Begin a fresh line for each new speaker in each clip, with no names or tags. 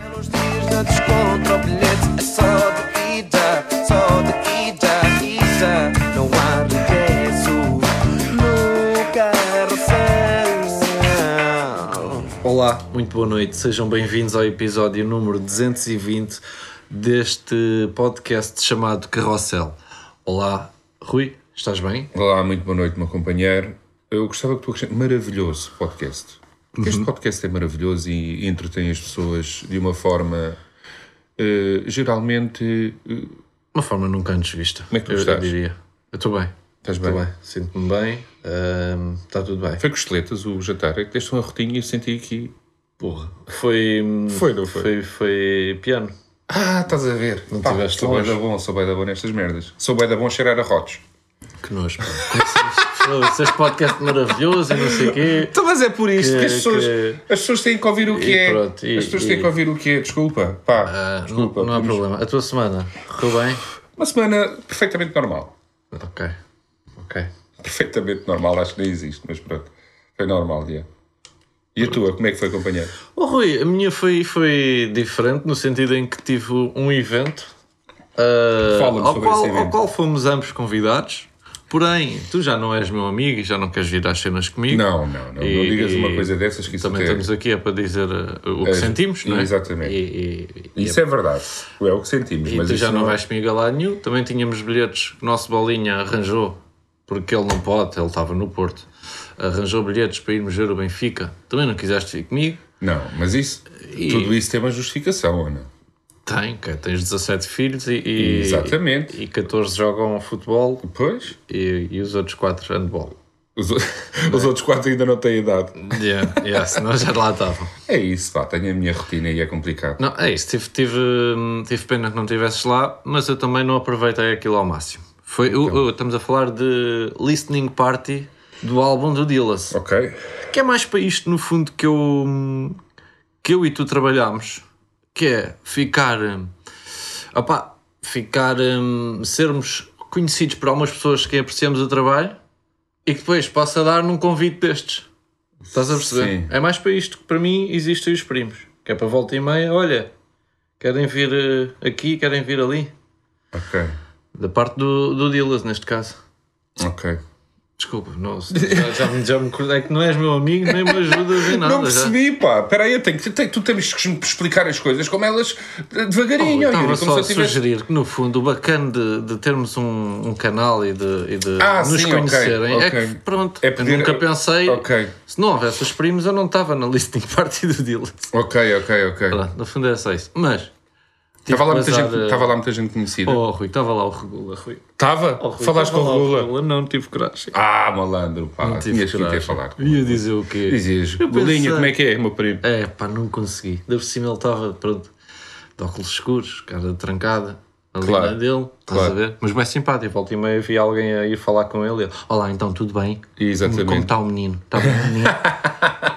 nos dias da descontra, o bilhete é só de ida, só de ida, ida. Não há regresso no carrossel.
Olá, muito boa noite, sejam bem-vindos ao episódio número 220 deste podcast chamado Carrossel. Olá, Rui, estás bem?
Olá, muito boa noite, meu companheiro. Eu gostava que tu acrescentasse. Maravilhoso podcast. Porque este podcast é maravilhoso e entretém as pessoas de uma forma eh, geralmente. eh,
Uma forma nunca antes vista.
Como é que tu
eu, eu
estás?
diria. Eu estou bem.
Estás
Estou
Tá bem?
bem, sinto-me bem, ahm, está tudo bem.
Foi costeletas o jantar, é que deste uma rotinha e eu senti aqui.
Porra. Foi. hum,
Foi, não foi?
Foi, foi piano.
Ah, estás a ver. Não
tiveste
Sou bué
longe.
da bom, sou bué da bom nestas merdas. Sou bué da bom a cheirar a rotos.
Que nojo, pá. Com esses- com esses podcast maravilhoso e não sei o quê.
Então, mas é por isto que,
Que-
as, pessoas,
que-
as pessoas têm que ouvir o que
E
é.
pronto, e-
as pessoas
e-
têm que ouvir o que é, desculpa. Pá,
Ah, não-
desculpa.
não, há
podemos-
problema. A tua semana correu bem?
Uma semana perfeitamente normal.
Ok. Ok.
perfeitamente normal, acho que nem existe, mas pronto. Foi normal, dia. E a tua, como é que foi, companheiro?
Oh, Rui, a minha foi, foi diferente no sentido em que tive um evento ah,
Fala-me
ao,
sobre
qual,
esse evento.
ao qual fomos ambos convidados. Porém, tu já não és meu amigo e já não queres vir às cenas comigo.
Não, não, não. não
E-
digas uma
e
coisa dessas que isso
Também
até-
estamos aqui é para dizer ah, o que
É,
sentimos, não é?
exatamente.
E, e- e-
Isso é verdade. É o que sentimos,
e
mas
tu
isso é-
já não vais comigo a lado nenhum. Também tínhamos bilhetes que o nosso Bolinha arranjou, porque ele não pode, ele estava no Porto. Arranjou bilhetes para irmos ver o Benfica. Também não quiseste vir comigo.
Não, mas isso,
E-
tudo isso tem uma justificação, ou não?
Tem, que é, tens 17 filhos e, e-
Exatamente.
e 14 jogam futebol
Pois,
e, e os outros 4 handball.
os, o- os outros quatro ainda não têm idade.
Yeah, yeah, senão já lá estavam.
É isso, pá, tenho a minha rotina e é complicado.
Não, é isso, tive, tive, hum, tive pena que não estivesses lá, mas eu também não aproveitei aquilo ao máximo. Foi, o- o- estamos a falar de Listening Party do álbum do Dillas,
Ok?
que é mais para isto no fundo que eu, hum, que eu e tu trabalhámos, que é ficar, hum, opá, ficar, hum, sermos conhecidos por algumas pessoas que apreciamos o trabalho e que depois possa dar num convite destes. Estás a perceber?
Sim.
É mais para isto que para mim existem os primos, que é para volta e meia, olha, querem vir eh, aqui, querem vir ali,
Ok.
da parte do, do Dillas neste caso.
Ok.
Desculpa, não, já, já, me- já me acordei que não és meu amigo, nem me ajudas em nada.
não
já.
percebi, pá. Espera aí, eu tenho, que- tenho- tu tens que me explicar as coisas como elas devagarinho,
Então, Eu
ó, Yuri,
Estava
como
só
se
a
eu tivesse-
sugerir que, no fundo, o bacana de, de termos um, um canal e de, e de
Ah,
nos
sim, ok,
conhecerem é
ok.
que, pronto,
É poder-
eu nunca pensei.
Ok.
Se não houvesse os primos, eu não estava na listening party do Dylan.
Ok, ok, ok.
Pronto, no fundo era só isso. Mas. tive
Estava lá, muita
azar,
gente,
eh,
estava lá muita gente conhecida.
Oh, Rui, estava lá o Regula, Rui.
Estava?
Oh, Rui,
Falaste com
estava
o
lá
Lula?
Não tive coragem.
Ah, malandro, pá.
Não tive
Tinhas que ter
coragem.
falado.
Ia dizer o quê?
Dizias,
Eu pensei-
Bolinha, como é que é, meu primo?
É, pá, não consegui. Da por cima ele estava, pronto, de óculos escuros, cara trancada, ali
Claro.
na dele, estás
Claro.
a ver? Mas bem simpático, volta e meia vi alguém a ir falar com ele. e ele, Olá, então tudo bem?
Exatamente.
Como está o menino? Está bem o menino?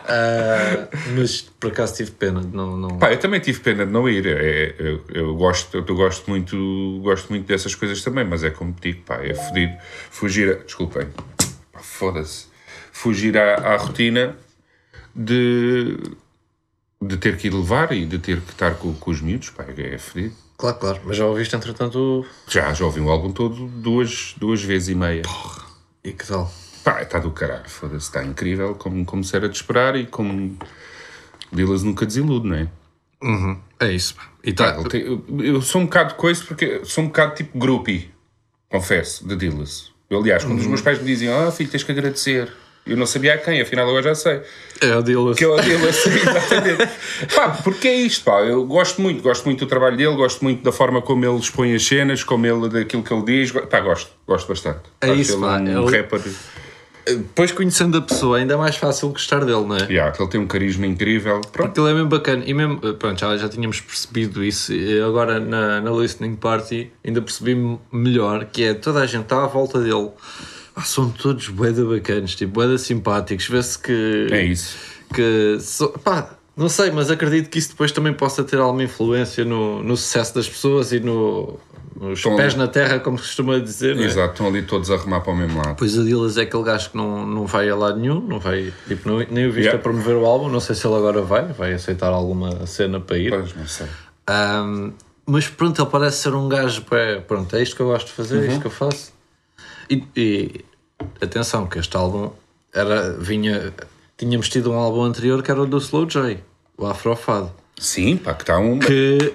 Ah, mas por acaso tive pena de não... não...
Pá, eu também tive pena de não ir. É, eu, eu gosto, eu gosto muito, gosto muito dessas coisas também, mas é como te digo, pá, é fodido. Fugir, a, desculpem, Pá, foda-se. Fugir à, à rotina de, de ter que ir levar e de ter que estar com, com os miúdos, pá, é fodido.
Claro, claro, mas já ouviste entretanto o...
Já, já ouvi o álbum todo duas, duas vezes e meia.
E que tal?
Pá, está do caralho, foda-se, está incrível como, como se era de esperar e como Dillas nunca desilude, não é?
É isso, pá. E
Pá,
tá...
ele tem- eu, eu sou um bocado coisa porque sou um bocado tipo groupie, confesso, de Dillas. Eu, Aliás, quando os meus pais me diziam, ah filho, tens que agradecer. Eu não sabia a quem, afinal agora já sei.
É o Dylan.
Que é o Dillas, exatamente. Pá, porque é isto, pá, eu gosto muito, gosto muito do trabalho dele, gosto muito da forma como ele expõe as cenas, como ele, daquilo que ele diz, Go- pá, gosto, gosto bastante.
É
Acho
isso,
ele
pá,
um
é o-
rapper.
Depois conhecendo a pessoa ainda é mais fácil gostar dele, não é?
Yeah, que ele tem um carisma incrível. Pronto.
Aquilo é mesmo bacana. E mesmo, eh, pronto, já, já tínhamos percebido isso. E eh, agora na, na listening party ainda percebi m- melhor que é toda a gente está à volta dele. Ah, são todos boeda bacanas, tipo, boeda simpáticos. Vê-se que.
É isso.
Que. so- pá, não sei, mas acredito que isso depois também possa ter alguma influência no, no sucesso das pessoas e no. os
Estão
pés
ali.
na terra, como se costuma dizer. não é?
Exato, estão ali todos a remar para o mesmo lado.
Pois o Dillas é aquele gajo que não, não vai a lado nenhum, não vai, tipo, não- nem o viste
Yeah.
a promover o álbum, não sei se ele agora vai, vai aceitar alguma cena para ir.
Pois, não sei.
Ahm, mas pronto, ele parece ser um gajo. bué, Pronto, é isto que eu gosto de fazer,
Uhum.
é isto que eu faço. E, e, atenção, que este álbum era, vinha. Tínhamos tido um álbum anterior que era o do Slow J, o Afrofado,
Sim, pá, que está um.
que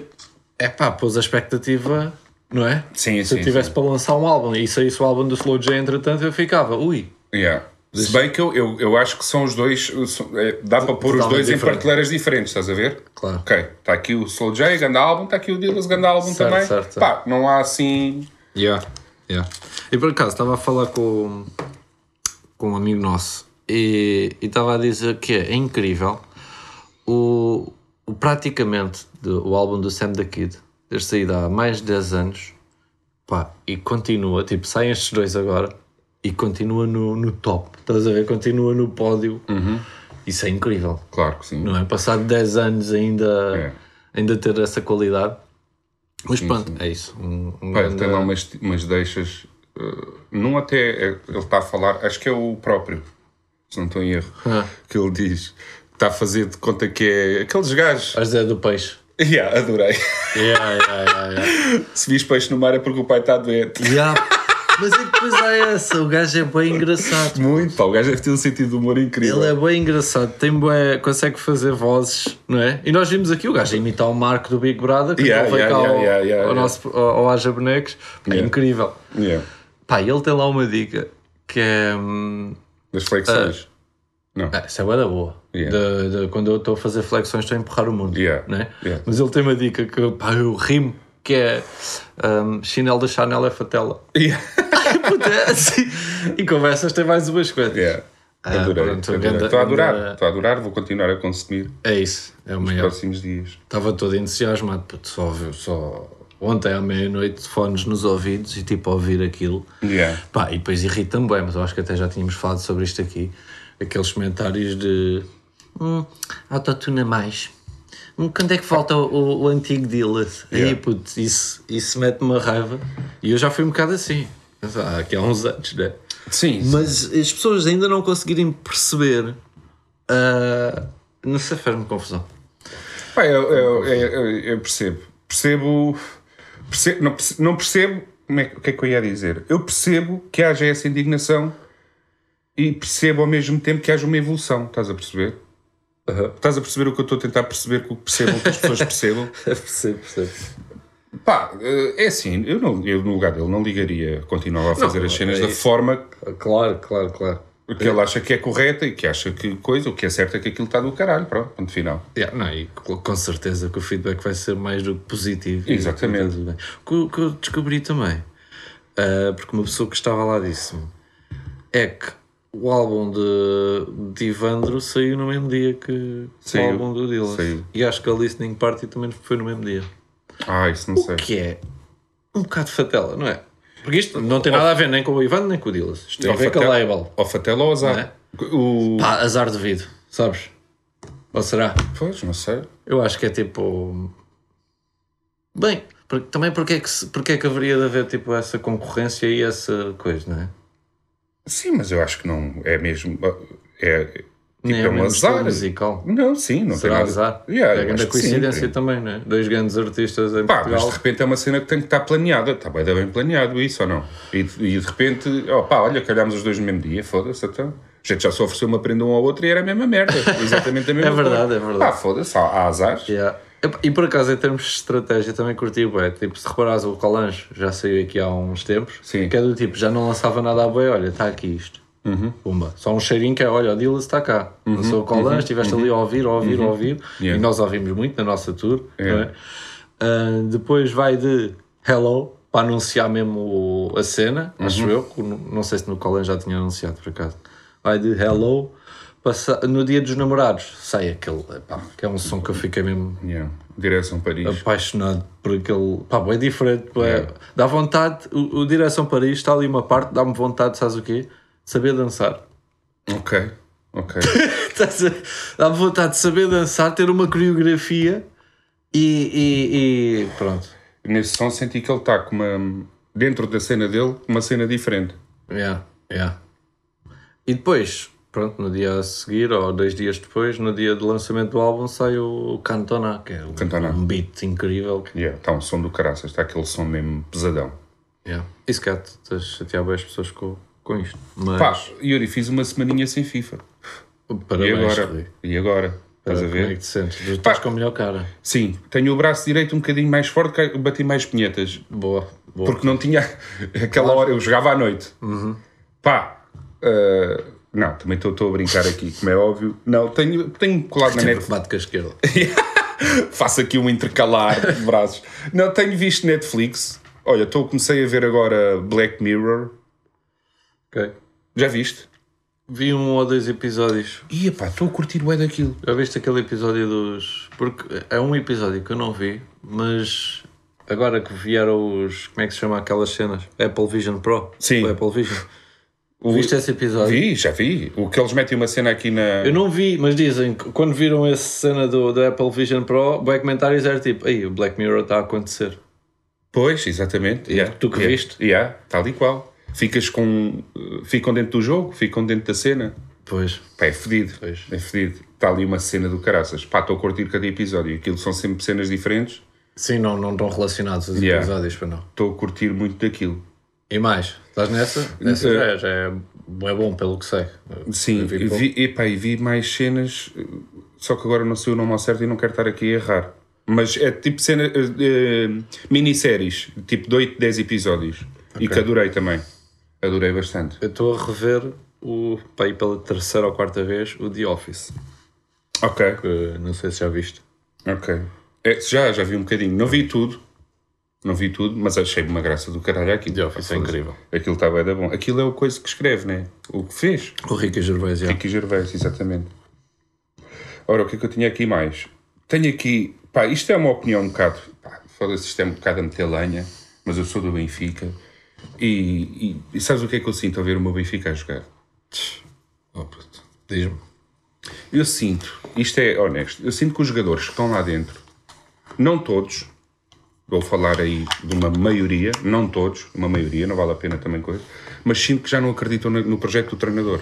é pá, pôs a expectativa, não é?
Sim,
Se
sim,
eu tivesse
sim.
para lançar um álbum e saísse o álbum do Slow J, entretanto, eu ficava, ui,
Yeah. Se bem que eu, eu, eu acho que são os dois. são- é, dá para pôr os
Totalmente
dois em
diferente.
prateleiras diferentes, estás a ver?
Claro.
Ok, está aqui o Slow J, Ganda Álbum, está aqui o Dillas, Ganda Álbum
Certo,
também.
certo, certo.
Pá, não há assim.
Yeah, yeah. E por acaso estava a falar com, com um amigo nosso e e estava a dizer que é, incrível o, o praticamente do, o álbum do Sam the Kid ter saído há mais de 10 anos pá, e continua, tipo, saem estes dois agora e continua no, no top, estás a ver? Continua no pódio. Isso é incrível,
Claro que sim.
não é? Passado 10 anos ainda, ainda ter essa qualidade. Mas pronto, é isso. Um, um
Pá,
grande-
tem lá umas, umas deixas. eh, não até é- ele está a falar, acho que é o próprio, se não estou em erro,
Ah.
que ele diz. Está a fazer de conta que é aqueles gajos.
As é do peixe.
Yeah, adorei.
Yeah, yeah, yeah, yeah.
Se vis peixe no mar é porque o pai está doente.
Mas é que depois há essa, o gajo é bem engraçado.
Muito, pá, o gajo deve ter um sentido de humor incrível.
Ele é bem engraçado, tem bué, consegue fazer vozes, não é? E nós vimos aqui o gajo a imitar o Marco do Big Brother, que
Yeah,
ele veio
yeah,
cá
yeah,
ao,
yeah, yeah,
ao
yeah.
nosso ao, ao Haja Bonecos. Pá,
Yeah.
Incrível.
Yeah.
Pá, ele tem lá uma dica que é. hum,
Das flexões.
Ah, isso é bué da boa.
Yeah.
De- de- quando eu estou a fazer flexões, estou a empurrar o mundo.
Yeah.
Né?
Yeah.
Mas ele tem uma dica que pá, eu rimo, que é hum, chinelo da Chanel é fatela.
Yeah.
Puta, é assim. E conversas tem mais umas coisas.
Yeah.
Ah,
Adorei,
pronto,
adorei.
ganda-
Estou a adorar,
ganda-
estou a adorar, vou continuar a consumir nos
É isso, é o maior.
próximos dias.
Estava todo entusiasmado, puto, só, ouvi- só ontem à meia-noite, fones nos ouvidos e tipo a ouvir aquilo.
Yeah.
Pá, e depois irrita-me bem, mas eu acho que até já tínhamos falado sobre isto aqui. Aqueles comentários de hum, autotuna mais. Hum, Quando é que falta o, o antigo Dillas? Aí,
Yeah.
puto, isso, isso mete-me uma raiva. E eu já fui um bocado assim. Há, aqui há uns anos, né?
Sim,
Mas as pessoas ainda não conseguirem perceber. ah, não sei, faz-me confusão.
Pá, eu, eu- eu- eu percebo. Percebo. percebo- não, perce- não percebo. como é que- o que é que eu ia dizer? Eu percebo que haja essa indignação e percebo ao mesmo tempo que haja uma evolução. Estás a perceber? Estás a perceber o que eu estou a tentar perceber, que o que percebam, que as pessoas percebam.
percebo, percebo.
Pá, eh, é assim, eu, não, eu no lugar dele não ligaria, continuava a fazer as cenas
é
da
isso.
forma
Claro, claro, claro.
que ele acha que é correta e que acha que coisa, o que é certo é que aquilo está do caralho, pronto, ponto final.
Yeah, não, e co- com certeza que o feedback vai ser mais do que positivo.
Exatamente.
E tudo bem. O que, eu- que eu descobri também, ah, porque uma pessoa que estava lá disse-me, é que o álbum de, de Ivandro saiu no mesmo dia que
Saiu.
o álbum do Dylan.
Saiu.
E acho que a Listening Party também foi no mesmo dia.
Ah, isso não sei.
que é um bocado fatela, não é? Porque isto não
Oh.
tem nada a ver nem com o Ivan nem com o Dillas. Isto tem a
Ou
ver com a
Fatela-
label. é?
Ou Fatela ou Azar. O...
Pá, azar devido, sabes? Ou será?
Pois, não sei.
Eu acho que é tipo. Bem, por- também porque é, que, se- porque é que haveria de haver tipo essa concorrência e essa coisa, não é?
Tipo, Sim, mas eu acho que não é mesmo. É, tipo,
Nem
é um
mesmo estilo
azar.
musical.
Não, sim, não
Será
tem nada.
azar?
Yeah,
é
eu acho
grande
que sim,
coincidência
tem.
também, não é? Dois grandes artistas em
Pá, mas
Portugal.
de repente é uma cena que tem que estar planeada. Está bem, bem planeado isso ou não? E, e de repente, ó pá, olha, calhámos os dois no mesmo dia, foda-se, então. A gente já só ofereceu uma prenda um ao outro e era a mesma merda. Exatamente a mesma
É verdade,
coisa.
é verdade.
Pá, foda-se, há, há azares.
Yeah. Epá, E por acaso, em termos de estratégia, também curti o Tipo, se reparares, o Colange já saiu aqui há uns tempos.
Sim.
Que é do tipo, já não lançava nada a boi, olha, está aqui isto.
Uhum.
Pumba. Só um cheirinho que é, olha, o Dillas está cá. Lançou o Colange, estiveste ali a ouvir, a ouvir, a ouvir.
Uhum. Yeah.
E nós ouvimos muito na nossa tour.
Yeah.
não é? Ah, depois vai de Hello, para anunciar mesmo o- a cena,
Uhum.
acho eu. que no- Não sei se no Colange já tinha anunciado, por acaso. Vai de Hello. passa- no dia dos namorados sai aquele, epá, que é um som que eu fiquei mesmo
Yeah. Direção Paris.
apaixonado por aquele. Pá, bem diferente. bué. Dá vontade. O, o Direção Paris está ali uma parte, dá-me vontade, sabes o quê? De saber dançar. Ah.
Ok, ok.
Estás a- dá-me vontade de saber dançar, ter uma coreografia e. e- e pronto.
nesse som senti que ele está com uma. dentro da cena dele, uma cena diferente.
Yeah, yeah. E depois, pronto, no dia a seguir ou dois dias depois, no dia do lançamento do álbum, sai o Cantona, que é um,
Cantona.
um beat incrível.
Yeah, está um som do caraças, está aquele som mesmo pesadão.
Yeah. E se calhar tu estás a chatear bem as pessoas com, com isto. Mas
Pá, Yuri, fiz uma semaninha sem FIFA. E
parabéns,
agora?
Rui.
E agora? Estás a
Como é que
ver?
te sentes? Tu estás com a melhor cara.
Sim, tenho o braço direito um bocadinho mais forte, que bati mais punhetas.
Boa, boa.
Porque não tinha aquela hora, eu jogava à noite. Pá, ah, não, também estou- estou a brincar aqui, como é óbvio. Não, tenho, tenho colado na
Sempre
net.
que bate com a é esquerda.
Faço aqui um intercalar de braços. Não, tenho visto Netflix. Olha, estou comecei a ver agora Black Mirror.
Ok.
Já viste?
Vi um ou dois episódios.
Ia pá, estou a curtir o é daquilo.
Já viste aquele episódio dos. Porque é um episódio que eu não vi, mas agora que vieram os. Como é que se chama aquelas cenas? Apple Vision Pro?
Sim.
O Apple Vision. Viste esse episódio?
Vi, já vi. O que eles metem uma cena aqui na.
Eu não vi, mas dizem que quando viram essa cena do, do Apple Vision Pro, bué comentários era tipo, aí o Black Mirror está a acontecer.
Pois, exatamente. Yeah,
Tu que
yeah,
viste.
Yeah, tal e qual. Ficas com. eh, Ficam dentro do jogo, ficam dentro da cena.
Pois.
Pá, é fedido.
Pois.
É fedido. Está ali uma cena do caraças. Pá, estou a curtir cada episódio. Aquilo são sempre cenas diferentes.
Sim, não, não estão relacionados os
Yeah.
episódios, para não.
Estou a curtir muito daquilo.
E mais? Estás nessa? Nessa
Eh.
já, é- já é, é bom, pelo que sei.
Sim,
Eu vi
e
pouco.
vi, epá, e vi mais cenas, eh, só que agora não sei o nome ao certo e não quero estar aqui a errar. Mas é tipo cena, eh, eh, minisséries, tipo de 8, 10 episódios. E que adorei também. Adorei bastante.
Eu estou a rever, o, para ir pela terceira ou quarta vez, o The Office.
Ok,
que não sei se já viste.
ok. É, já, já vi um bocadinho. Não vi tudo. Não vi tudo, mas achei uma graça do caralho aquilo.
The Office é incrível.
Aquilo está bem da bom. Aquilo é o coisa que escreve, né? O que fez.
O Ricky Gervais, já.
Ricky Gervais, exatamente. Ora, o que é que eu tinha aqui mais? Tenho aqui, pá, isto é uma opinião um bocado, pá, foda-se, isto é um bocado a meter lenha, mas eu sou do Benfica e, e- e sabes o que é que eu sinto ao ver o meu Benfica a jogar? Oh, puto.
Diz-me.
Eu sinto, isto é honesto, eu sinto que os jogadores que estão lá dentro, não todos, vou falar aí de uma maioria, não todos, uma maioria, não vale a pena também coisa, mas sinto que já não acreditam no- no projeto do treinador.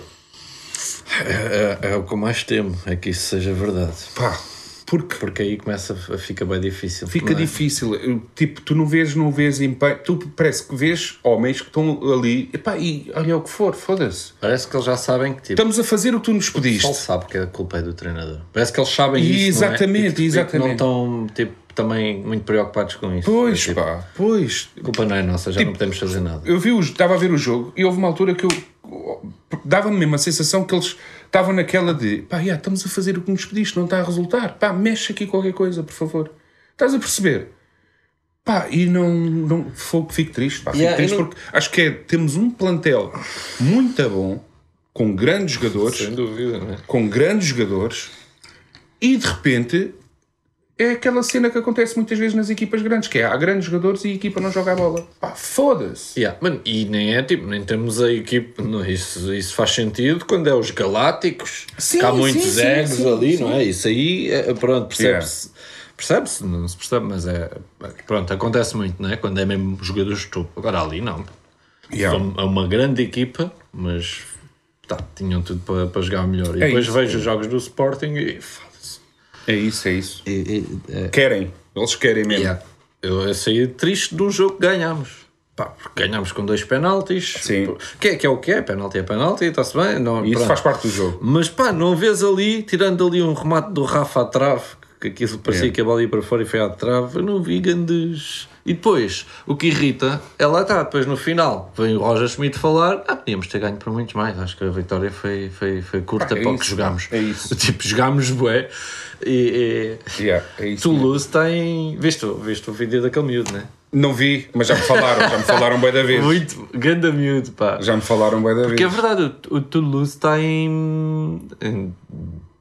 É, é o que eu mais temo, é que isso seja verdade.
Pá, porque
Porque aí começa a fica bem difícil.
Fica
não é?
difícil. Eu, Tipo, tu não vês, não vês empenho. Tu parece que vês homens que estão ali. Epá, e olha o que for, foda-se.
Parece que eles já sabem que tipo.
Estamos a fazer o que tu nos
O pessoal
pediste.
sabe que a culpa é do treinador. Parece que eles sabem
E
isso. não é?
exatamente,
E que- e que
exatamente.
Não estão tipo, também muito preocupados com isso.
Pois,
É, tipo,
pá, pois.
A culpa não é nossa, já não podemos fazer nada.
Eu vi os, estava a ver o jogo e houve uma altura que eu dava-me mesmo a sensação que eles estavam naquela de pá, já, estamos a fazer o que nos pediste, não está a resultar. Pá, mexe aqui qualquer coisa, por favor. Estás a perceber? Pá, e não, não fogo, fico triste, pá, fico
Yeah, eu
triste
não-
porque acho que é, temos um plantel muito bom, com grandes jogadores,
dúvida, né?
com grandes jogadores e de repente é aquela cena que acontece muitas vezes nas equipas grandes, que é há grandes jogadores e a equipa não joga a bola. Pá, foda-se.
Yeah, mano, e nem é tipo, nem temos a equipe. Não, isso, isso faz sentido quando é os Galácticos.
Sim,
que há muitos
sim, sim,
egos
sim,
ali,
sim.
não é? Isso aí, é, pronto, percebe-se. Percebe-se, não se percebe, mas é. Pronto, acontece muito, não é? Quando é mesmo jogadores de topo. Agora ali não.
Yeah.
São- É uma grande equipa, mas. Tá, tinham tudo para, para jogar melhor. E
É
depois
isso,
vejo os jogos do Sporting e. Foda-se.
É isso, é isso.
E- e- é-
Querem, eles querem mesmo.
Yeah. Eu, eu saí triste de um jogo que ganhámos. Pá, porque ganhámos com dois penaltis.
Sim.
Pô, Que é, que é o que é? Penalti é penalti, está-se bem. Não,
E isso
pronto.
faz parte do jogo.
Mas pá, não vês ali, tirando ali um remate do Rafa à trave, que aquilo parecia
É.
que a bola ia para fora e foi à trave, eu não vi grandes. E depois, o que irrita é lá está, depois no final, vem o Roger Schmidt falar, ah, podíamos ter ganho por muitos mais, acho que a vitória foi, foi, foi curta
Pá, é
para o que
isso,
jogámos.
é isso.
Tipo, jogámos bué e... e-
Yeah, é isso. mesmo.
Toulouse tem. Viste, o- viste o vídeo daquele miúdo, né?
Não vi, mas já me falaram, já me falaram bem da vez.
Muito. Ganda miúdo, pá.
Já me falaram bem da vez.
Porque é verdade, o, o Toulouse está em. em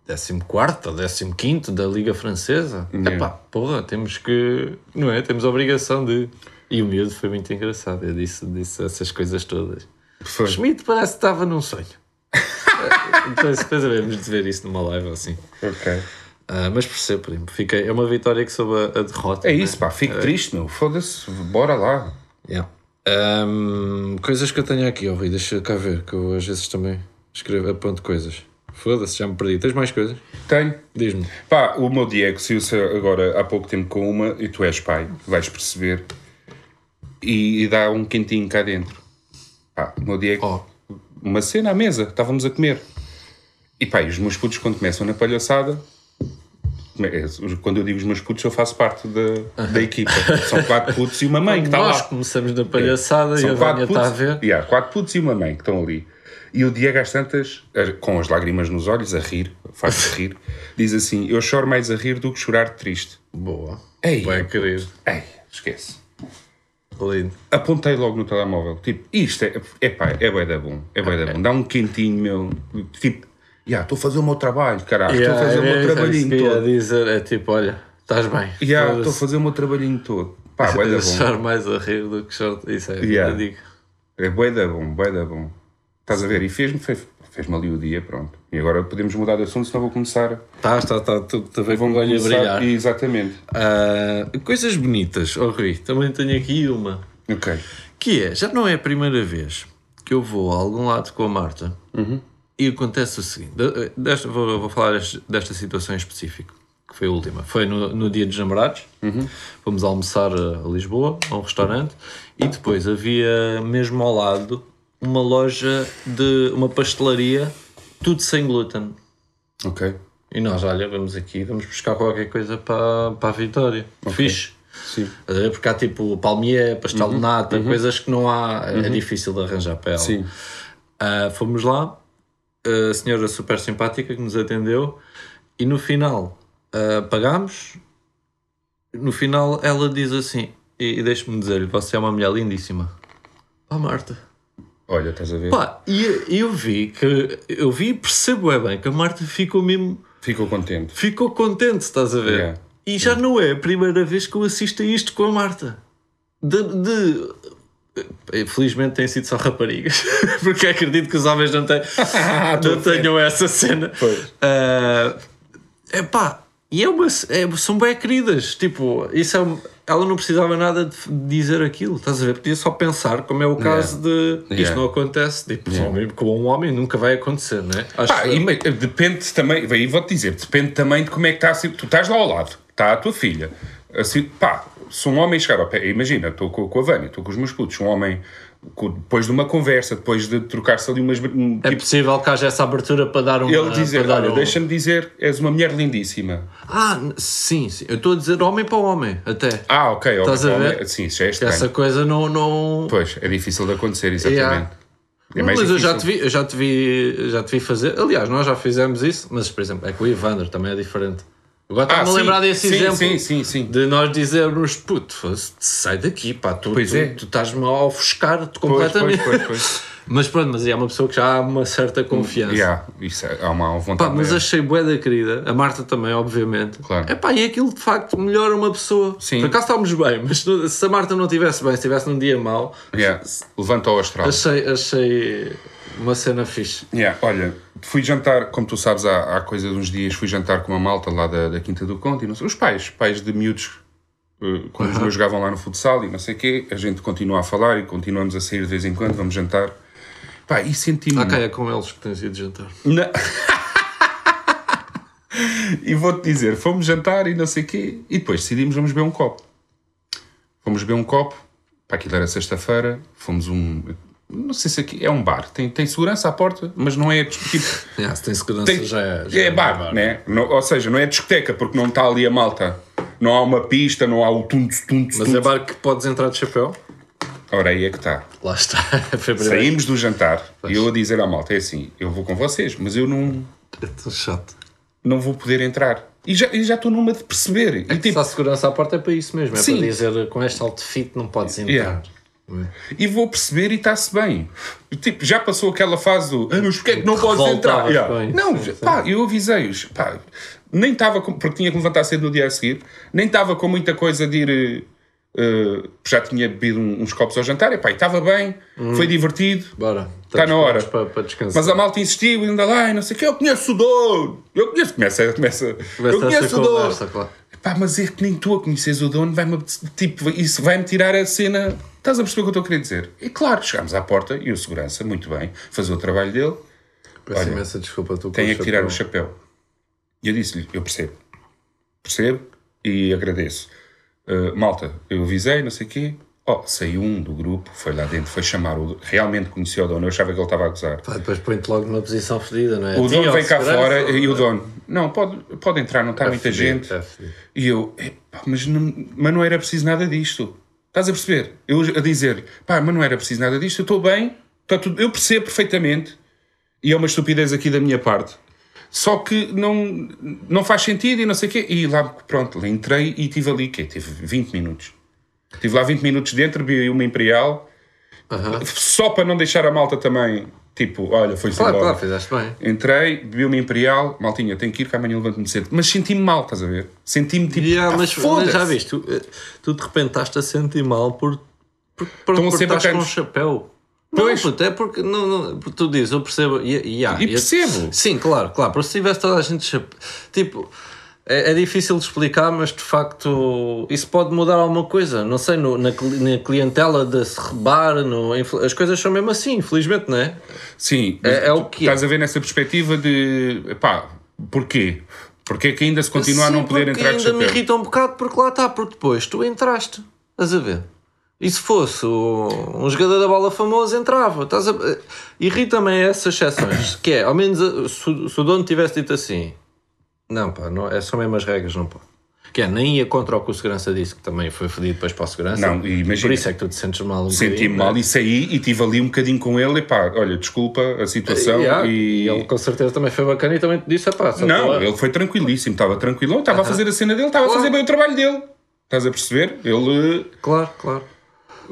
14 ou 15 da Liga Francesa.
Yeah.
Epá, porra, temos que. Não é? Temos a obrigação de. E o miúdo foi muito engraçado, eu disse, disse essas coisas todas.
Foi.
Schmidt parece que Então, estava num sonho. Eh, depois, depois devemos de ver isso numa live ou assim.
Ok.
Ah, mas percebo, primo. Fiquei, é uma vitória que soube a, a derrota.
É
não
isso, pá, fico triste, meu. Foda-se, bora lá.
Yeah. Ahm, coisas que eu tenho aqui, ó Rui, deixa cá ver, que eu às vezes também escrevo, aponto coisas. Foda-se, já me perdi. Tens mais coisas?
Tenho.
Diz-me.
Pá, o meu Diego saiu-se agora há pouco tempo com uma e tu és pai, vais perceber. E, e dá um quentinho cá dentro. Pá, o meu Diego,
Ó,
uma cena à mesa, estávamos a comer. E pá, e os meus putos quando começam na palhaçada, come- é, os- quando eu digo os meus putos eu faço parte da, da equipa. São quatro putos e uma mãe que está
nós
lá.
começamos na palhaçada e a Vânia está a
putos,
ver.
Yeah, quatro putos e uma mãe que estão ali. E o Diego às tantas, a- com as lágrimas nos olhos, a rir, faz-se rir, diz assim, eu choro mais a rir do que chorar de triste.
Boa.
Ei.
Bem, querido.
Ei, esquece.
Lindo.
Apontei logo no telemóvel, tipo, isto é, epá, é bué da bom, é bué da bom, dá um quentinho, meu, tipo, já, estou a fazer o meu trabalho, caralho, estou a fazer
é,
o meu
é, isso que
trabalhinho
eu ia
todo,
dizer, é tipo, olha, estás bem.
já, estou a
Foda-se.
fazer o meu trabalhinho todo, pá, bué da bom,
Deixar mais a rir do que short. Isso é,
Yeah.
eu digo.
é bué da bom, bué da bom, estás a ver, e fez-me, fez, fez-me ali o dia, pronto, e agora podemos mudar de assunto, senão vou começar,
Estás, está, está, tu também com o olho tá, a
começar-
brilhar.
exatamente,
Ah, coisas bonitas, ó Rui, também tenho aqui uma.
ok,
Que é, já não é a primeira vez que eu vou a algum lado com a Marta e acontece o seguinte: de- desta, vou, vou falar deste- desta situação em específico, que foi a última. Foi no, no dia dos namorados, fomos almoçar a a Lisboa, a um restaurante, e depois havia mesmo ao lado uma loja de uma pastelaria, tudo sem glúten.
ok,
E nós, olha, vamos aqui, vamos buscar qualquer coisa para, para a Vitória. Fixe.
sim,
Estás a ver? Porque há tipo palmier, pastel de nata, coisas que não há, é- é difícil de arranjar para ela.
sim,
Ah, fomos lá, a senhora super simpática que nos atendeu, e no final ah, pagámos. No final ela diz assim: e, e deixe-me dizer-lhe, você é uma mulher lindíssima. Ó Marta.
olha, estás a ver,
Pá, e eu- eu vi que, eu vi e percebo é bem que a Marta ficou mesmo
ficou contente,
ficou contente, estás a ver?
Yeah.
E já não é a primeira vez que eu assisto a isto com a Marta. De. de- eh, Felizmente têm sido só raparigas, porque acredito que os homens não, têm, não tenham essa cena.
Pois.
é pá, e é uma, é- são bem queridas. Tipo, isso é, um- ela não precisava nada de f- dizer aquilo, estás a ver? Podia só pensar, como é o caso de isto
Yeah.
não acontece. Tipo, homem, com um homem nunca vai acontecer, não é? Acho
Pá, e me- depende também, aí vou-te dizer, depende também de como é que está a si- Tu estás lá ao lado, está a tua filha. Assim, pá, se um homem chegar ao pé, imagina, estou com, com a Vânia, estou com os meus putos, um homem, co- depois de uma conversa, depois de trocar-se ali umas. br- um
É
tipo,
possível que haja essa abertura para dar um.
ele dizer,
para dar
olha,
um-
deixa-me dizer, és uma mulher lindíssima.
Ah, n- sim, sim. Eu estou a dizer homem para homem, até.
Ah, ok,
Estás
ok.
a
homem-
ver?
Sim, isso já é estranho.
Essa coisa não. não...
Pois, é difícil de acontecer, exatamente.
Yeah.
É
mas
mais
eu já te,
difícil.
vi, eu já te vi, já te vi fazer. Aliás, nós já fizemos isso, mas por exemplo, é que o Ivandro também é diferente. Agora
Ah,
estava-me a
sim,
lembrar desse
sim,
exemplo.
Sim, sim, sim.
De nós dizermos, puto, foda-se, sai daqui, pá, tu,
Pois
tu,
é.
tu estás-me a ofuscar-te
Pois,
completamente.
pois, pois, pois.
mas pronto, mas é uma pessoa que já há uma certa confiança.
Yeah, isso, é- há uma
Pá,
vontade.
mas
maior.
achei bué da querida, a Marta também, obviamente.
Claro.
É pá, e aquilo de facto melhora uma pessoa.
Sim.
Por acaso estávamos bem, mas no- se a Marta não estivesse bem, se estivesse num dia mau,
Yeah. Levanta o astral.
achei, achei uma cena fixe.
Yeah, olha, fui jantar, como tu sabes, há, há coisa de uns dias, fui jantar com uma malta lá da, da Quinta do Conde, e não sei, os pais, pais de miúdos, eh, quando os meus jogavam lá no futsal e não sei o quê, a gente continua a falar e continuamos a sair de vez em quando, vamos jantar. Pá, e senti-me...
Ah, cá é com eles que tens ido jantar.
Na- e vou-te dizer, fomos jantar e não sei o quê, e depois decidimos vamos beber um copo. Fomos beber um copo, para aquilo era sexta-feira, fomos um... Não sei se aqui é um bar, tem, tem segurança à porta, mas não é tipo...
Yeah, se tem segurança,
Tem-
já é. já
é bar, né? Não- ou seja, não é discoteca, porque não está ali a malta. Não há uma pista, não há o tunto, tunto,
Mas é
tunto.
bar que podes entrar de chapéu?
Ora, aí é que está.
Lá está. Foi a primeira
Saímos do jantar e eu a dizer à malta, é assim, eu vou com vocês, mas eu não,
vez. Estou chato.
não vou poder entrar. E já e já estou numa de perceber. E,
Tipo, se
tipo,
há segurança à porta é para isso mesmo, é
Sim.
para dizer com este outfit não podes entrar. é?
Yeah. e vou perceber e está-se bem. E, tipo, já passou aquela fase do, ah, mas porquê é que não podes
Revoltavas
entrar? Yeah.
com isso,
Não,
sim, sim.
pá, eu avisei-os. Pá, nem estava, com- porque tinha que levantar cedo no dia a seguir, nem estava com muita coisa de ir... eh, eh, já tinha bebido um- uns copos ao jantar, epá, e estava bem, foi divertido.
Bora.
Está Tá na hora.
Para, para descansar.
Mas a malta insistiu, ainda lá, e não sei o que, eu conheço o dono, eu conheço, começa, começa, eu
Começa essa
conheço o dono.
conversa, claro.
Pá, mas é que nem tu a conheces o dono, vai-me, apetecer- tipo, isso vai-me tirar a cena. Estás a perceber o que eu estou a querer dizer? E claro, chegámos à porta e o segurança, muito bem, fazia o trabalho dele,
Peço
Olha,
imensa desculpa. Estou com
tenho
o
é que tirar o
chapéu.
chapéu. E eu disse-lhe, eu percebo, percebo e agradeço. Uh, malta, eu avisei, não sei o quê. Oh, saiu um do grupo, foi lá dentro, foi chamar o... Realmente conhecia o dono, eu achava que ele estava a gozar.
Pá, depois põe-te logo numa posição fedida, não é?
O
Sim,
dono
ó,
vem cá
segurança.
fora e o dono, não, pode, pode entrar, não está
Tá
muita
fedido,
gente.
tá fedido.
E eu, "Epá, mas não, mas não era preciso nada disto. Estás a perceber? Eu a dizer, pá, mas não era preciso nada disto, eu estou bem, está tudo, eu percebo perfeitamente. E é uma estupidez aqui da minha parte. Só que não, não faz sentido e não sei o quê. E lá, pronto, lá entrei e estive ali, que Tive 20 minutos. Estive lá 20 minutos dentro, bebi uma Imperial,
Aham.
só para não deixar a malta também, tipo, olha, foi-se
Claro,
embora.
claro, fizeste bem.
Entrei, bebi uma Imperial, maltinha, tenho que ir, que amanhã levanto-me cedo. Mas senti-me mal, estás a ver? Senti-me tipo.
Yeah,
"Ah,
mas, mas
foda-se."
já viste, tu, eh, tu de repente estás-te a sentir mal por, por, por,
Estão
por
sempre
estás com um
atentos.
chapéu.
Pois.
Não, puto, é porque não, não, porque tu dizes, eu percebo. E, e há,
E percebo.
sim, claro, claro. Porque se tivesse toda a gente de chapéu. Tipo, é, é difícil de explicar, mas de facto isso pode mudar alguma coisa. Não sei, no- na, cli- na clientela de se rebar, no, infel- as coisas são mesmo assim, infelizmente, não é?
Sim,
É-
mas
é o
tu
que é.
Estás a ver nessa perspectiva de. pá, porquê? Porquê que ainda se continua a
Sim,
não poder
porque
entrar de
ainda me
chapéu?
irrita um bocado porque lá está, porque depois tu entraste, estás a ver? E se fosse o- um jogador da bola famoso, entrava. Estás a... eh, Irrita-me essas exceções, que é, ao menos eh, se, o- se o dono tivesse dito assim, não pá, não, é só mesmo as regras, não pode. Que é, nem ia contra o que o segurança disse, que também foi fedido depois para o segurança.
Não, e imagina.
Por isso é que tu te sentes mal um
Senti-me
bocadinho, não é?
mal e saí e estive ali um bocadinho com ele e pá, olha, desculpa a situação
Yeah,
e.
ah, ele com certeza também foi bacana e também te disse, "Ah, pá, só
Não,
pela-
ele foi tranquilíssimo, estava tranquilo, estava a fazer a cena dele, estava a fazer bem o trabalho dele. Estás a perceber? Ele.
Claro, claro.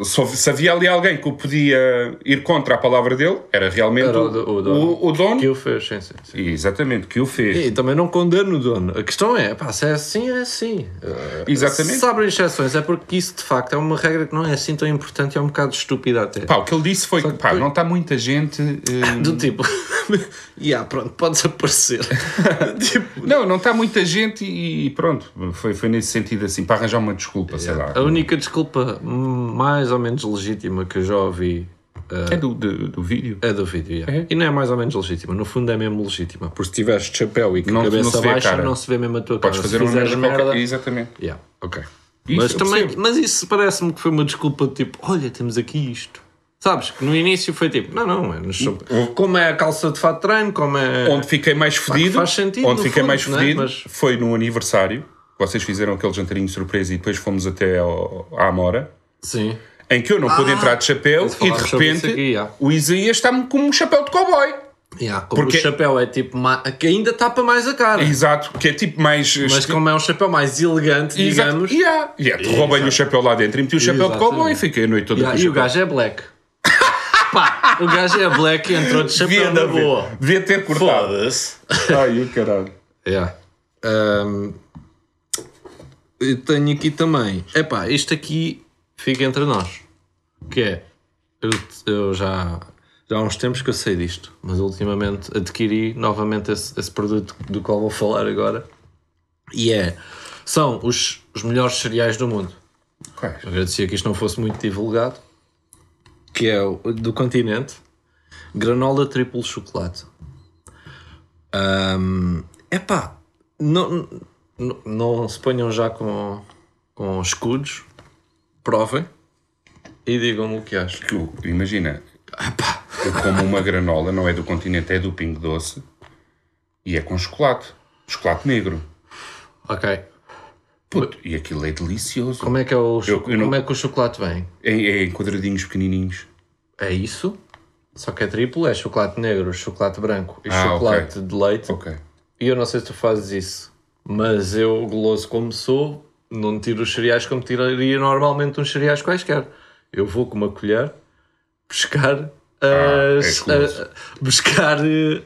Se houve- se havia ali alguém que o podia ir contra a palavra dele, era realmente
Era
o,
o do- o dono.
o- o dono.
Que o fez, sim, sim. sim.
Exatamente, que o fez.
E também não condeno o dono. A questão é, pá, se é assim, é assim.
Uh, Exatamente.
Se abrem exceções, é porque isso de facto é uma regra que não é assim tão importante e é um bocado estúpida até.
Pá, o que ele disse foi que pá,
depois-
não está muita gente. eh,
Do tipo, e ah, pronto, podes aparecer. tipo,
Não, não está muita gente e, e pronto, foi, foi nesse sentido assim, para arranjar uma desculpa, sei lá.
a única desculpa mais ou menos legítima que eu já ouvi
É do, do, do vídeo.
é do vídeo. yeah.
É?
E não é mais ou menos legítima, no fundo é mesmo legítima. Porque se tiveres de chapéu e com
Não-
a
não
cabeça
se vê a
baixa,
cara.
não se vê mesmo a tua
Podes
cara.
fazer
se
uma
fizeres
merda
merda,
qualquer. Exatamente.
yeah,
Ok.
mas
eu
também,
percebo.
mas isso parece-me que foi uma desculpa de tipo, olha, temos aqui isto. Sabes, que no início foi tipo, não, não, é nos sopa. como é a calça de fato de treino, como é...
Onde fiquei mais fedido.
faz sentido,
Onde
no
fiquei
fundo,
mais
não é?
fedido
Mas-
foi no aniversário. que Vocês fizeram aquele jantarinho de surpresa e depois fomos até ao- à Amora.
Sim.
Em que eu não pude entrar de chapéu e de
falámos sobre
repente
Ah, isso aqui, já.
o Isaías está-me com um chapéu de cowboy.
Yeah, como
Porque-
o chapéu é tipo, ma- que ainda tapa mais a cara.
Exato, que é tipo mais.
Ah. Mas como é um chapéu mais elegante,
Exato.
digamos...
Yeah. Yeah, tu roubei-lhe o chapéu lá dentro e meti o chapéu de
Exatamente.
cowboy e fiquei a noite toda
Yeah,
com
e o
chapéu.
gajo é black. Pá, o gajo é black e entrou de chapéu na
haver-
boa.
devia ter cortado.
Foda-se.
Ai, o caralho.
Yeah. É. Ahm, eu tenho aqui também. Epá, isto aqui fica entre nós. Que é. Eu, eu já, já há uns tempos que eu sei disto, mas ultimamente adquiri novamente esse, esse produto do qual vou falar agora. E é. São os, os melhores cereais do mundo.
Quais?
Eu agradecia que isto não fosse muito divulgado. Que é o- do continente. Granola triplo chocolate. Ahm, epá, não, não, não se ponham já com, com escudos. Provem. E digam-me o que acham.
Tu, imagina, eu como uma granola, não é do continente, é do Pingo Doce e é com chocolate. Chocolate negro.
Ok.
Puto, e aquilo é delicioso.
Como é que, é o, cho-
Eu- eu não-
como é que o chocolate vem?
É, é em quadradinhos pequenininhos.
É isso? Só que é triplo, é chocolate negro, chocolate branco e
Ah,
chocolate de leite.
Ok.
E eu não sei se tu fazes isso, mas eu, goloso como sou, não tiro os cereais como tiraria normalmente uns cereais quaisquer. Eu vou com uma colher pescar a,
Ah, é
s-
cool.
a- a buscar eh,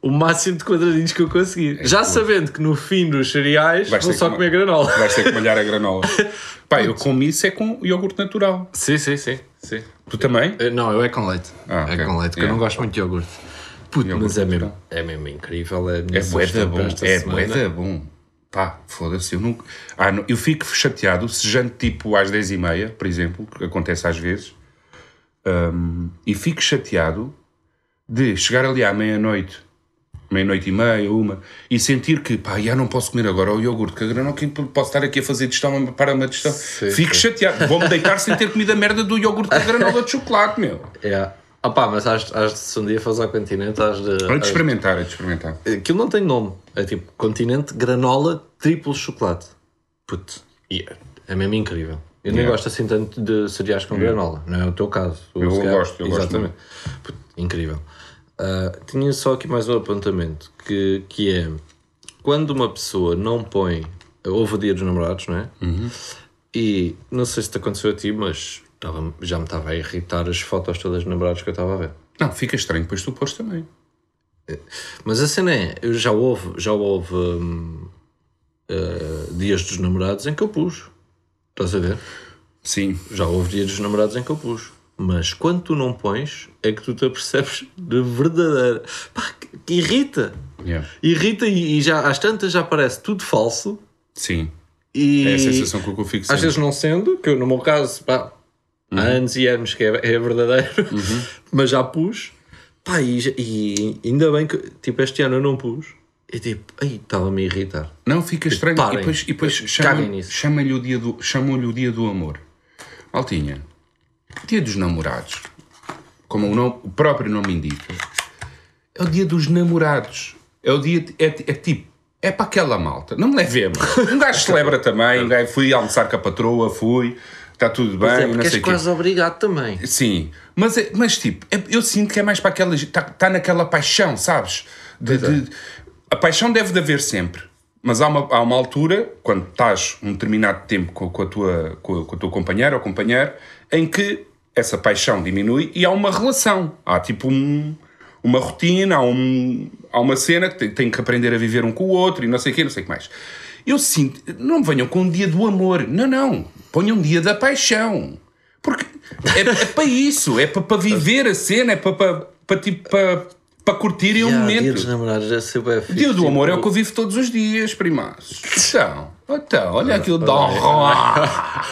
o máximo de quadradinhos que eu conseguir. Já sabendo que no fim dos cereais
É Vais
vou
ter
só
que-
comer granola.
Vais ter que malhar a granola. Pá, eu como isso é com iogurte natural.
Sim, sim, sim. sim.
Tu também?
Eh, Não, eu é com leite.
Ah,
É
ok.
com leite, porque eu
Yeah.
não gosto muito de iogurte. Puto,
Iogurte
mas é mesmo,
natural.
é mesmo incrível. É, a minha
É boeda
sugestão
bom.
para esta
É
semana.
boeda bom. Pá, foda-se, eu nunca. Ah, não, eu fico chateado se janto tipo às 10h30, por exemplo, que acontece às vezes, hum, e fico chateado de chegar ali à meia-noite, meia-noite e meia, uma, e sentir que, pá, já não posso comer agora o iogurte, que a granola, que posso estar aqui a fazer digestão, para uma digestão. fico chateado, vou-me deitar sem ter comido a merda do iogurte com a granola de chocolate, meu.
Yeah. Ah pá, mas has, has de se um dia fazer ao continente, has de.
Para de
has-
experimentar, é de experimentar.
Aquilo não tem nome. É tipo continente, granola, triplo chocolate. Puto. e é- É mesmo incrível. Eu nem
Yeah.
gosto assim tanto de cereais com granola, não é o teu caso. Tu,
Eu
se calhar-
gosto, eu gosto
Exatamente. Puto, incrível. Ah, tinha só aqui mais um apontamento que, que é quando uma pessoa não põe. Houve o dia dos namorados, não é?
Uhum.
E não sei se te aconteceu a ti, mas estava- já me estava a irritar as fotos todas de namorados que eu estava a ver.
Não, fica estranho, depois tu pôs também.
Mas a cena é, eu já houve, já houve hum, eh, dias dos namorados em que eu pus. Estás a ver?
Sim,
Já houve dias dos namorados em que eu pus. Mas quando tu não pões, é que tu te apercebes de verdadeira. Pá, que- que irrita!
yeah.
Irrita e, e já às tantas já parece tudo falso.
sim.
E
É a sensação que eu fico
às
sempre.
vezes não sendo, que eu no meu caso, pá,
Uhum.
há anos e anos que é, é verdadeiro, mas já pus, pá, e, já- e ainda bem que, tipo, este ano eu não pus, e tipo, aí estava-me a irritar.
Não, fica estranho.
Parem. eh,
E depois, e depois
Caguem
chama-
nisso.
chama-lhe o, dia do- chamam-lhe o dia do amor. Maltinha, dia dos namorados, como o, nome- o próprio nome indica, é o dia dos namorados. É o dia, de- é, é tipo, é para aquela malta. Não me leve a mal. Um gajo celebra também, um gajo, fui almoçar com a patroa, fui, está tudo bem,
Mas é
não
porque
sei
és
o quê.
quase obrigado também.
Sim, mas, é- mas tipo, é- eu sinto que é mais para aquela. Está tá naquela paixão, sabes? De- de- a paixão deve de haver sempre. Mas há uma, há uma altura, quando estás um determinado tempo com, com a tua, com, a- com o teu companheiro ou companheiro, em que essa paixão diminui e há uma relação. Há tipo um- uma rotina, há, um- há uma cena que tem, tem que aprender a viver um com o outro e não sei o quê, não sei o que mais. Eu sinto, não me venham com um dia do amor. Não, não. Ponham um dia da paixão. Porque é, é para isso, é para, para viver a cena, é para, para, para, tipo, para, para curtirem é o
Yeah, né? dia dos
um momento.
namorados deve ser bué fixe,
Dia do
tipo,
amor é o que eu vivo todos os dias, primaços. Então, então olha aquilo da honra.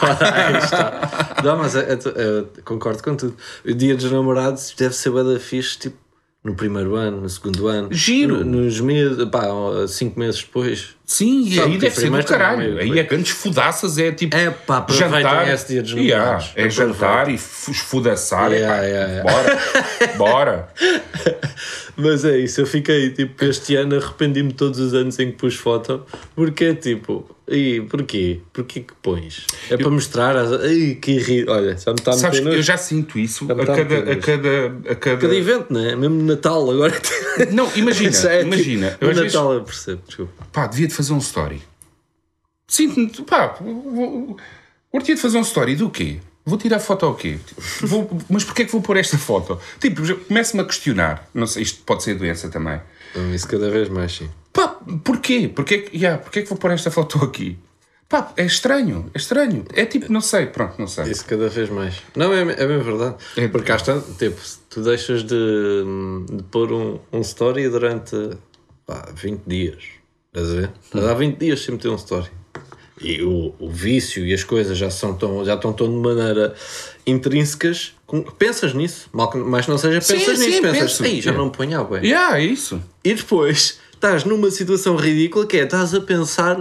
Aí está. Não, mas eh, eu- eu- eu concordo com tudo. O dia dos namorados deve ser bué da fixe, tipo, no primeiro ano, no segundo ano.
Giro.
no- Nos meses, pá, cinco meses depois.
Sim, e
Sabe
aí
que
deve ser do
primeiro também é
caralho.
meio
Aí é grandes fodaças, é tipo
É pá, aproveitem esse dia dos namorados.
Yeah, é
Aproveitem.
jantar e f- esfudaçar.
Yeah,
epá,
yeah, yeah.
Bora, bora.
Mas é isso, eu fiquei tipo, este ano arrependi-me todos os anos em que pus foto, porque é tipo, e porquê? Porquê que pões? É para mostrar, às- ai que irri... olha, já me está a
Sabes
meter
que eu
nojo.
já sinto isso
Tá-me
a
tá a
cada,
meter
a
nojo.
cada, a cada,
Cada evento, não é? Mesmo Natal agora.
Não, imagina,
Já tipo,
imagina. Eu
no
às vezes-
Natal eu percebo, desculpa.
pá, devia de fazer um story. Sinto-me, pá, vou- curtia de fazer um story do quê? Vou tirar foto ao quê? Vou- mas porquê é que vou pôr esta foto? Tipo, já começo-me a questionar. Não sei, isto pode ser doença também.
Não, Então, isso cada vez mais sim.
Pá, porquê? Porquê, que- yeah, porquê é que vou pôr esta foto aqui? Pá, é estranho, é estranho. É tipo, não sei, pronto, não sei.
Isso cada vez mais. Não, é, é mesmo verdade.
É.
Porque há tanto tempo, Tipo, se tu deixas de, de pôr um, um story durante pá, 20 dias. Estás a ver?
Hum.
Há 20 dias sempre tem um story. E o, o vício e as coisas já, são tão, já estão tão de maneira intrínsecas. com- pensas nisso, mal que, mas não seja
Sim,
pensas
sim,
nisso, pensas,
penso.
"Ei, já
É.
não ponho a bué."
Yeah, é isso.
E depois estás numa situação ridícula que é estás a pensar,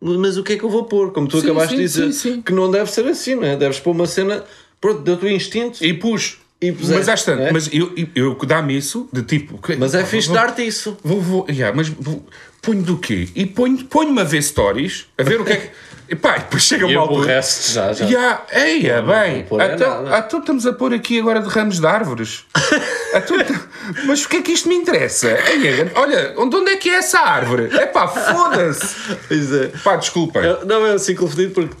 mas o que é que eu vou pôr? Como tu
Sim,
acabaste de
sim,
dizer,
sim, sim.
que não deve ser assim, não é? Deves pôr uma cena, pronto, deu-te o instinto,
E pus.
E puseste,
mas às tantas,
né?
mas eu, eu, eu dá-me isso de tipo. que-
mas é
pá,
fixe
vou-
dar-te isso.
Vou, vou, yeah, mas vou- ponho do quê? E ponho- ponho-me a ver stories, a ver o que é que. E pá, e depois chega uma altura.
já, já.
Yeah, eia, bem,
vou pôr é
então,
nada.
então estamos a pôr aqui agora de ramos de árvores. Então, mas o que é que isto me interessa? Eia, olha, onde, onde é que é essa árvore? É pá, foda-se!
Pois é.
Pá, desculpem.
É- Não é um ciclo fedido porque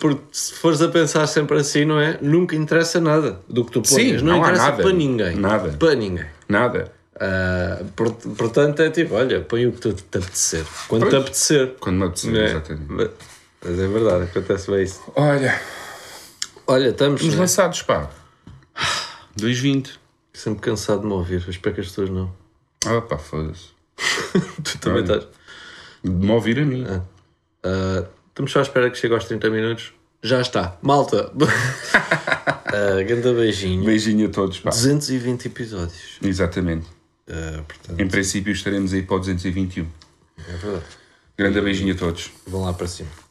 Porque se fores a pensar sempre assim, não é? Nunca interessa nada do que tu pões.
não há
interessa
nada.
para ninguém.
Nada.
Para ninguém.
Nada.
Ah, por- portanto, é tipo, olha, põe o que tu te apetecer. Quando te
Pois.
apetecer.
Quando me apetecer,
É.
exatamente.
Mas mas é verdade, acontece bem isso.
Olha,
Olha, estamos
os
né?
lançados, pá. 2,20.
sempre cansado de me ouvir. Eu espero que as pessoas não.
Ah, pá, foda-se.
Tu também
Olha.
estás.
De me ouvir a mim.
Ah, estamos só à espera que chegue aos 30 minutos. Já está. Malta. Ah, grande beijinho.
Beijinho a todos, pá.
220 episódios.
Exatamente.
Ah, portanto,
Em princípio estaremos aí para o 221.
é verdade.
Grande beijinho a todos.
Vão lá para cima.